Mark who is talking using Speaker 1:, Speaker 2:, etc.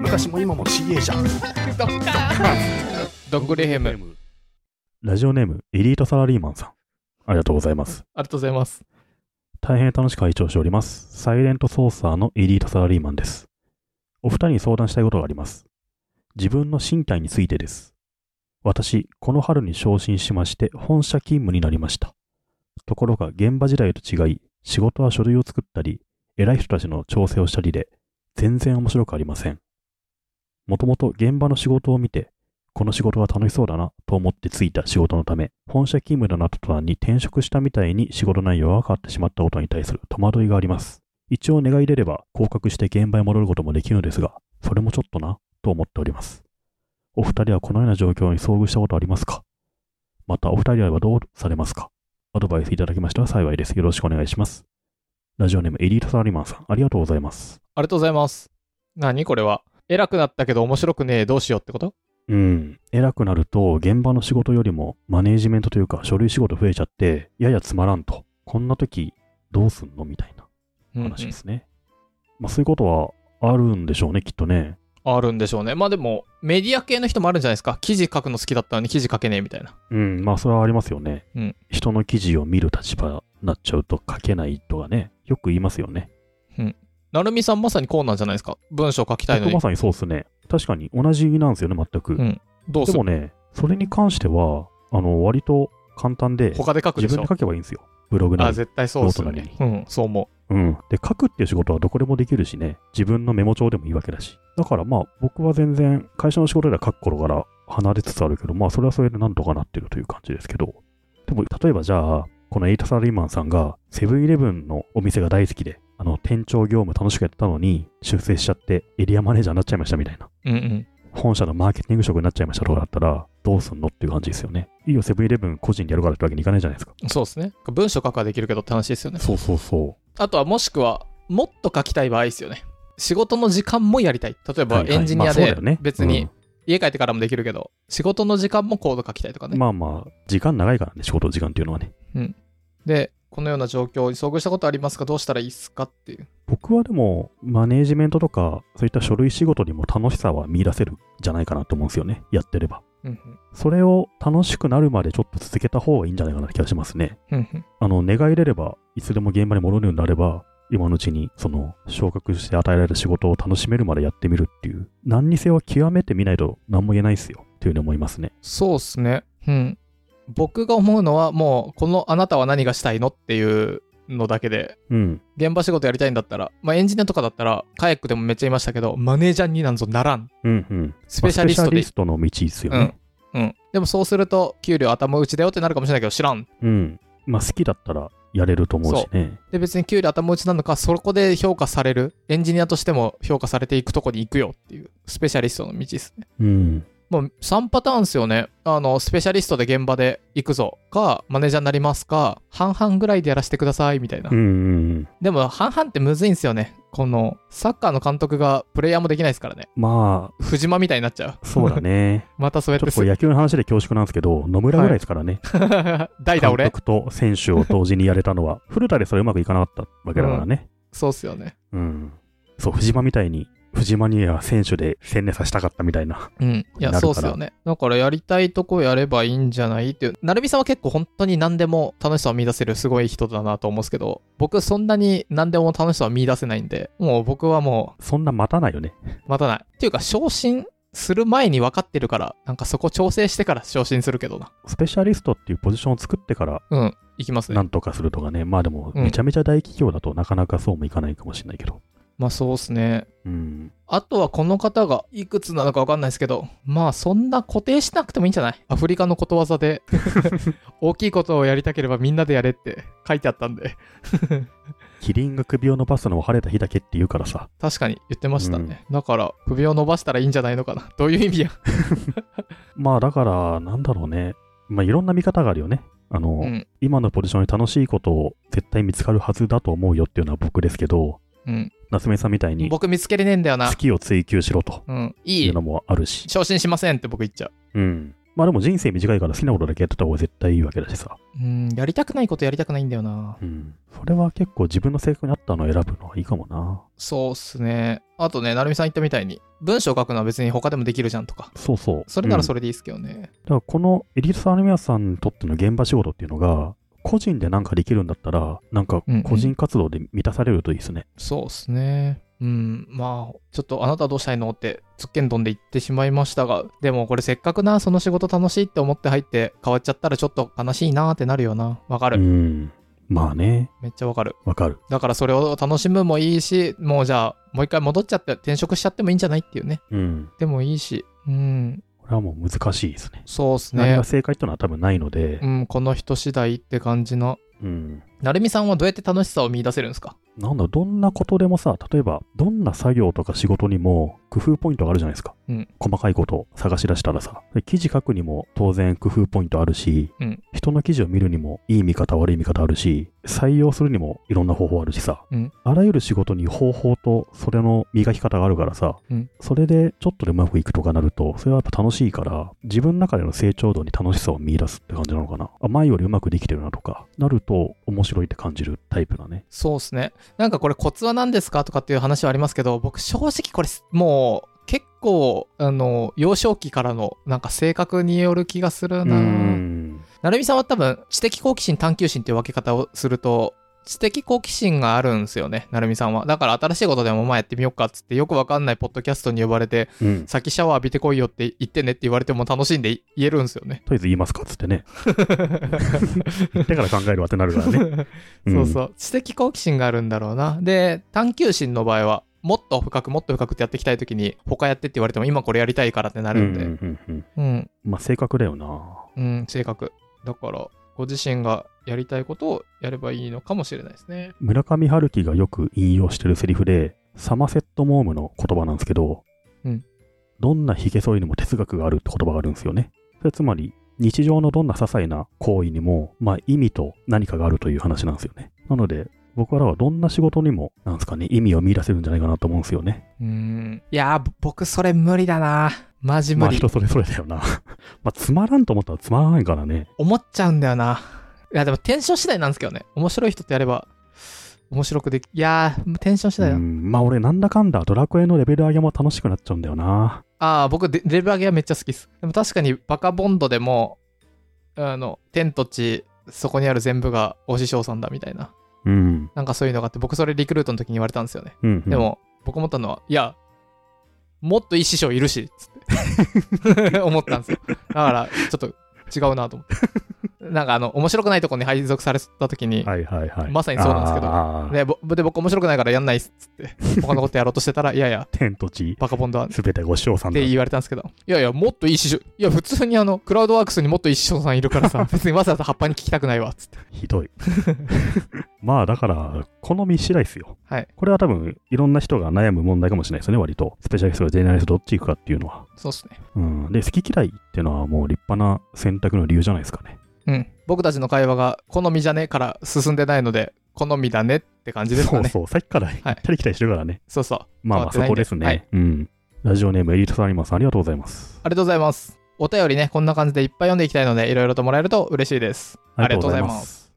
Speaker 1: 昔も今も CA じゃん。
Speaker 2: ドッカードッグレヘム。あり
Speaker 3: ラジオネーム、エリートサラリーマンさん。ありがとうございます。
Speaker 2: がとうございます。
Speaker 3: 大変楽しく拝聴しております。サイレントソーサーのエリートサラリーマンです。お二人に相談したいことがあります。自分の身体についてです。私、この春に昇進しまして、本社勤務になりました。ところが、現場時代と違い、仕事は書類を作ったり、偉い人たちの調整をしたりで、全然面白くありません。もともと現場の仕事を見て、この仕事は楽しそうだなと思ってついた仕事のため、本社勤務だなと途端に転職したみたいに仕事内容が変わってしまったことに対する戸惑いがあります。一応願い出れば降格して現場へ戻ることもできるのですが、それもちょっとなと思っております。お二人はこのような状況に遭遇したことありますかまたお二人はどうされますかアドバイスいただきましたら幸いです。よろしくお願いします。ラジオネームエリートサラリーマンさん、ありがとうございます。
Speaker 2: ありがとうございます。何これは。偉くなったけど面白くねえ、どうしようってこと
Speaker 3: うん、偉くなると現場の仕事よりもマネージメントというか書類仕事増えちゃってややつまらんとこんな時どうすんのみたいな
Speaker 2: うんうん
Speaker 3: 話ですね、まあ、そういうことはあるんでしょうねきっとね
Speaker 2: あるんでしょうね。まあでも、メディア系の人もあるんじゃないですか。記事書くの好きだったのに記事書けねえみたいな。
Speaker 3: うんまあそれはありますよね、
Speaker 2: うん
Speaker 3: 人の記事を見る立場になっちゃうと書けないとかねよく言いますよね
Speaker 2: なるみさんまさにこうなんじゃないですか。文章書きたいの
Speaker 3: 僕
Speaker 2: に
Speaker 3: ま。さにそうですね確かに同じなんですよね全く、
Speaker 2: うんどう
Speaker 3: です
Speaker 2: る
Speaker 3: もねそれに関してはあの割と簡単で
Speaker 2: 他で書く
Speaker 3: 自
Speaker 2: でしょ
Speaker 3: 分で。書けばいいんですよブログな
Speaker 2: あ、
Speaker 3: り
Speaker 2: 絶対そうですよ
Speaker 3: ノ
Speaker 2: ね
Speaker 3: ー。
Speaker 2: うん、そう思
Speaker 3: うん。で、書くっていう仕事はどこでもできるしね、自分のメモ帳でもいいわけだし。だからまあ、僕は全然、会社の仕事では書く頃から離れつつあるけど、まあ、それはそれでなんとかなってるという感じですけど。でも、例えばじゃあ、このエイトサラリーマンさんが、セブンイレブンのお店が大好きで、あの、店長業務楽しくやってたのに、修正しちゃって、エリアマネージャーになっちゃいましたみたいな。
Speaker 2: う。うんうん。
Speaker 3: 本社のマーケティング職になっちゃいましたとかだったら、どうすんのっていう感じですよね。いいよ、セブンイレブン個人でやるからってわけにいかないじゃないですか。
Speaker 2: そうですね。文章書くはできるけどって話ですよね。
Speaker 3: そうそうそう。
Speaker 2: あとはもしくは、もっと書きたい場合ですよね。仕事の時間もやりたい。例えばエンジニア
Speaker 3: はいはいまあそうだ
Speaker 2: で
Speaker 3: よね
Speaker 2: 別
Speaker 3: う
Speaker 2: に
Speaker 3: ん
Speaker 2: 家帰ってからもできるけど、仕事の時間もコード書きたいとかね。
Speaker 3: まあまあ、時間長いからね、仕事時間っていうのはね。
Speaker 2: で、このような状況に遭遇したことありますかどうしたらいいっすかっていう。
Speaker 3: 僕はでも、マネージメントとか、そういった書類仕事にも楽しさは見出せるんじゃないかなと思うんですよね。やってれば。
Speaker 2: うん
Speaker 3: それを楽しくなるまでちょっと続けた方がいいんじゃないかなって気がしますね。
Speaker 2: うん。うんうん
Speaker 3: あの、願い入れれば、いつでも現場に戻るようになれば、今のうちに、その、昇格して与えられた仕事を楽しめるまでやってみるっていう、何にせよ極めてみないと何も言えないですよ、というふうに思いますね。
Speaker 2: そうっすね。うん。僕が思うのは、もう、このあなたは何がしたいのっていうのだけで、
Speaker 3: うん。
Speaker 2: 現場仕事やりたいんだったら、まあ、エンジニアとかだったら、カヤックでもめっちゃ言いましたけど、マネージャーになんぞならん。
Speaker 3: うんうん。
Speaker 2: スペシャリスト
Speaker 3: まあ
Speaker 2: で
Speaker 3: スペシャリストの道ですよ
Speaker 2: う
Speaker 3: ね
Speaker 2: ん。。うん。でもそうすると、給料頭打ちだよってなるかもしれないけど、知らん。
Speaker 3: うん。まあ、好きだったらやれると思うしね。
Speaker 2: で、別に給料頭打ちなのか、そこで評価される、エンジニアとしても評価されていくとこに行くよっていう、スペシャリストの道ですね。
Speaker 3: うん。
Speaker 2: もう3パターンですよね。あの、スペシャリストで現場で行くぞか、マネージャーになりますか、半々ぐらいでやらせてくださいみたいな。
Speaker 3: うんうんうん。
Speaker 2: でも、半々ってむずいんですよね。この、サッカーの監督がプレイヤーもできないですからね。
Speaker 3: ま
Speaker 2: 藤間みたいになっちゃう。
Speaker 3: あ、そうだね。
Speaker 2: またそうや
Speaker 3: ち
Speaker 2: っ
Speaker 3: ょってとこれ野球の話で恐縮なんですけど、野村ぐらいですからね、
Speaker 2: 代打
Speaker 3: 監
Speaker 2: 俺。
Speaker 3: 督と選手を同時にやれたのは、古田でそれうまくいかなかったわけだからね。
Speaker 2: そうっすよね。
Speaker 3: うん。そう、藤間みたいに、藤間には選手で専念させたかったみたいな。
Speaker 2: うん。いや、
Speaker 3: なるから
Speaker 2: そうっすよね。だからやりたいとこやればいいんじゃないっていう。なるみさんは結構本当に何でも楽しさを見出せるすごい人だなと思うんですけど、僕そんなに何でも楽しさを見出せないんで、もう僕はも
Speaker 3: そんな待たないよね。
Speaker 2: う待たない。っていうか、昇進する前に分かってるから、なんかそこ調整してから昇進するけどな。
Speaker 3: スペシャリストっていうポジションを作ってから、
Speaker 2: うん。いきますね
Speaker 3: な。んとかするとかね。まあでも、
Speaker 2: うん
Speaker 3: めちゃめちゃ大企業だとなかなかそうもいかないかもしれないけど。
Speaker 2: まあそうっすね。
Speaker 3: うん。
Speaker 2: あとはこの方がいくつなのか分かんないですけど、まあそんな固定しなくてもいいんじゃないアフリカのことわざ で、 大きいことをやりたければみんなでやれって書いてあったんで、
Speaker 3: キリンが首を伸ばすのも晴れた日だけって言うからさ。
Speaker 2: 確かに言ってましたね。だから首を伸ばしたらいいんじゃないのかな。どういう意味や。
Speaker 3: まあだから、なんだろうね。まあいろんな見方があるよね。あの、
Speaker 2: うん。
Speaker 3: 今のポジションに楽しいことを絶対見つかるはずだと思うよっていうのは僕ですけど、
Speaker 2: うん。
Speaker 3: 夏目さんみたいに好
Speaker 2: 僕見つけ れねえんだよな。
Speaker 3: きを追求しろと
Speaker 2: うん。
Speaker 3: い
Speaker 2: いいう
Speaker 3: の。もあるし、
Speaker 2: 昇進しませんって僕言っちゃう。
Speaker 3: うん。まあでも人生短いから好きなことだけやってた方が絶対いいわけだしさ。
Speaker 2: うん、やりたくないことやりたくないんだよな。
Speaker 3: うん。それは結構自分の性格に合ったのを選ぶのはいいかもな。
Speaker 2: そうっすね。あとね、成美さん言ったみたいに、文章書くのは別に他でもできるじゃんとか。
Speaker 3: そうそう。
Speaker 2: それなら
Speaker 3: うん
Speaker 2: それでいいっすけどね。
Speaker 3: だからこのエリートサーネミヤさんにとっての現場仕事っていうのが、個人でなんかできるんだったら、なんか
Speaker 2: うんうん
Speaker 3: 個人活動で満たされるといいですね。
Speaker 2: そうっすね。うん、まあ、ちょっとあなたはどうしたいのって、ツッケンドンで言ってしまいましたが、でもこれせっかくな、その仕事楽しいって思って入って変わっちゃったらちょっと悲しいなーってなるよな。わか
Speaker 3: う
Speaker 2: る。
Speaker 3: ん。まあね、
Speaker 2: めっちゃわかる。
Speaker 3: わかる。
Speaker 2: だからそれを楽しむもいいし、もうじゃあ、もう一回戻っちゃって転職しちゃってもいいんじゃないっていうね。
Speaker 3: うん。
Speaker 2: でもいいし。うん、
Speaker 3: これはもう難しいですね。
Speaker 2: そうっす
Speaker 3: 何
Speaker 2: ね
Speaker 3: が。正解っていうのは多分ないので
Speaker 2: う、ん、この人次第って感じの。
Speaker 3: うん。
Speaker 2: なるみさんはどうやって楽しさを見出せるんですか
Speaker 3: なんだろう、どんなことでもさ、例えば、どんな作業とか仕事にも工夫ポイントがあるじゃないですか。
Speaker 2: うん
Speaker 3: 細かいことを探し出したらさ。で記事書くにも当然工夫ポイントあるし、
Speaker 2: うん
Speaker 3: 人の記事を見るにもいい見方悪い見方あるし、採用するにもいろんな方法あるしさ。
Speaker 2: うん
Speaker 3: あらゆる仕事に方法とそれの磨き方があるからさ、
Speaker 2: うん
Speaker 3: それでちょっとでもうまくいくとかなると、それはやっぱ楽しいから、自分の中での成長度に楽しさを見出すって感じなのかな。あ前よりうまくできてるなとか、なると面白いって感じるタイプだね。
Speaker 2: そうっすね。なんかこれコツは何ですかとかっていう話はありますけど、僕正直これもう結構、あの、幼少期からのなんか性格による気がする
Speaker 3: う
Speaker 2: な。
Speaker 3: ん
Speaker 2: なるみさんは多分知的好奇心探求心っていう分け方をすると、知的好奇心があるんですよね、なるみさんは。だから新しいことでもまあやってみようかっつって、よくわかんないポッドキャストに呼ばれて、
Speaker 3: うん
Speaker 2: 先シャワー浴びてこいよって言ってねって言われても楽しんで言えるんですよ ね。
Speaker 3: とりあえず言いますかっつってね。言ってから考えるわってなるからね。
Speaker 2: そう
Speaker 3: う
Speaker 2: そ
Speaker 3: ん。
Speaker 2: う。知的好奇心があるんだろうな。で、探求心の場合は、もっと深くもっと深くってやっていきたいときに、他やってって言われても、今これやりたいからってな
Speaker 3: あ
Speaker 2: るんで、うん、
Speaker 3: んうん。
Speaker 2: うん、
Speaker 3: まあ、性格だよな。
Speaker 2: 性格。だから、ご自身がやりたいことをやればいいのかもしれないですね。
Speaker 3: 村上春樹がよく引用してるセリフで、サマセット・モームの言葉なんですけど、
Speaker 2: うん
Speaker 3: どんなひげ剃りにも哲学があるって言葉があるんですよね。それつまり、日常のどんな些細な行為にも、まあ、意味と何かがあるという話なんですよね。なので、僕からはどんな仕事にも、なんですかね、意味を見出せるんじゃないかなと思うんですよね。
Speaker 2: うん。いやー、ぼ僕それ無理だな。マジ
Speaker 3: ま
Speaker 2: 無
Speaker 3: あ、
Speaker 2: 理。
Speaker 3: 人それぞれだよな。 まあ、つまらんと思ったらつまらないからね。
Speaker 2: 思っちゃうんだよな。いや、でもテンション次第なんですけどね。面白い人とやれば、面白くでき、いやー、テンション次第だ
Speaker 3: う
Speaker 2: な。
Speaker 3: ん、まあ俺なんだかんだドラクエのレベル上げも楽しくなっちゃうんだよな。
Speaker 2: ああ、僕、レレベル上げはめっちゃ好きです。でも確かに、バカボンドでも、あの、天と地、そこにある全部がお師匠さんだみたいな。
Speaker 3: うん。
Speaker 2: なんかそういうのがあって、僕それリクルートの時に言われたんですよね。
Speaker 3: うん、
Speaker 2: で、も、僕思ったのは、いや、もっといい師匠いるし、つって 思ったんですよ。だから、ちょっと違うなと思って。なんかあの、面白くないとこに配属された時に、
Speaker 3: はいはいはい。
Speaker 2: まさにそうなんですけど
Speaker 3: ど
Speaker 2: でぼで、僕面白くないからやんないっす、つって。他のことやろうとしてたら、いやいや、
Speaker 3: 天と地、
Speaker 2: バカボンドは
Speaker 3: すべてご師匠さ
Speaker 2: っ
Speaker 3: んだ
Speaker 2: て。言われたんですけど、いやいや、もっといい師匠、いや、普通にあの、クラウドワークスにもっといい師匠さんいる からさ、別にわざわざ葉っぱに聞きたくないわ、つって。
Speaker 3: ひどい。 まあだから、好み次第ですよ。
Speaker 2: はい。
Speaker 3: これは多分、いろんな人が悩む問題かもしれないですよね、割と。スペシャリストがジェネラリストどっち行くかっていうのは。
Speaker 2: そうっすね。
Speaker 3: うん。で、好き嫌いっていうのはもう立派な選択の理由じゃないですかね。
Speaker 2: うん。僕たちの会話が、好みじゃねから進んでないので、好みだねって感じですか
Speaker 3: そう
Speaker 2: ね。
Speaker 3: そう。さっきから行ったり来たりしてるからね。
Speaker 2: そうそう。
Speaker 3: まあまあ
Speaker 2: 変
Speaker 3: そ
Speaker 2: わってないん
Speaker 3: こ
Speaker 2: で
Speaker 3: ですね。
Speaker 2: はい
Speaker 3: うん。ラジオネームエリートサニマンさんありがとうございます。
Speaker 2: ありがとうございます。お便りね、こんな感じでいっぱい読んでいきたいので、いろいろともらえると嬉しいです。ありがとうございます。
Speaker 3: す。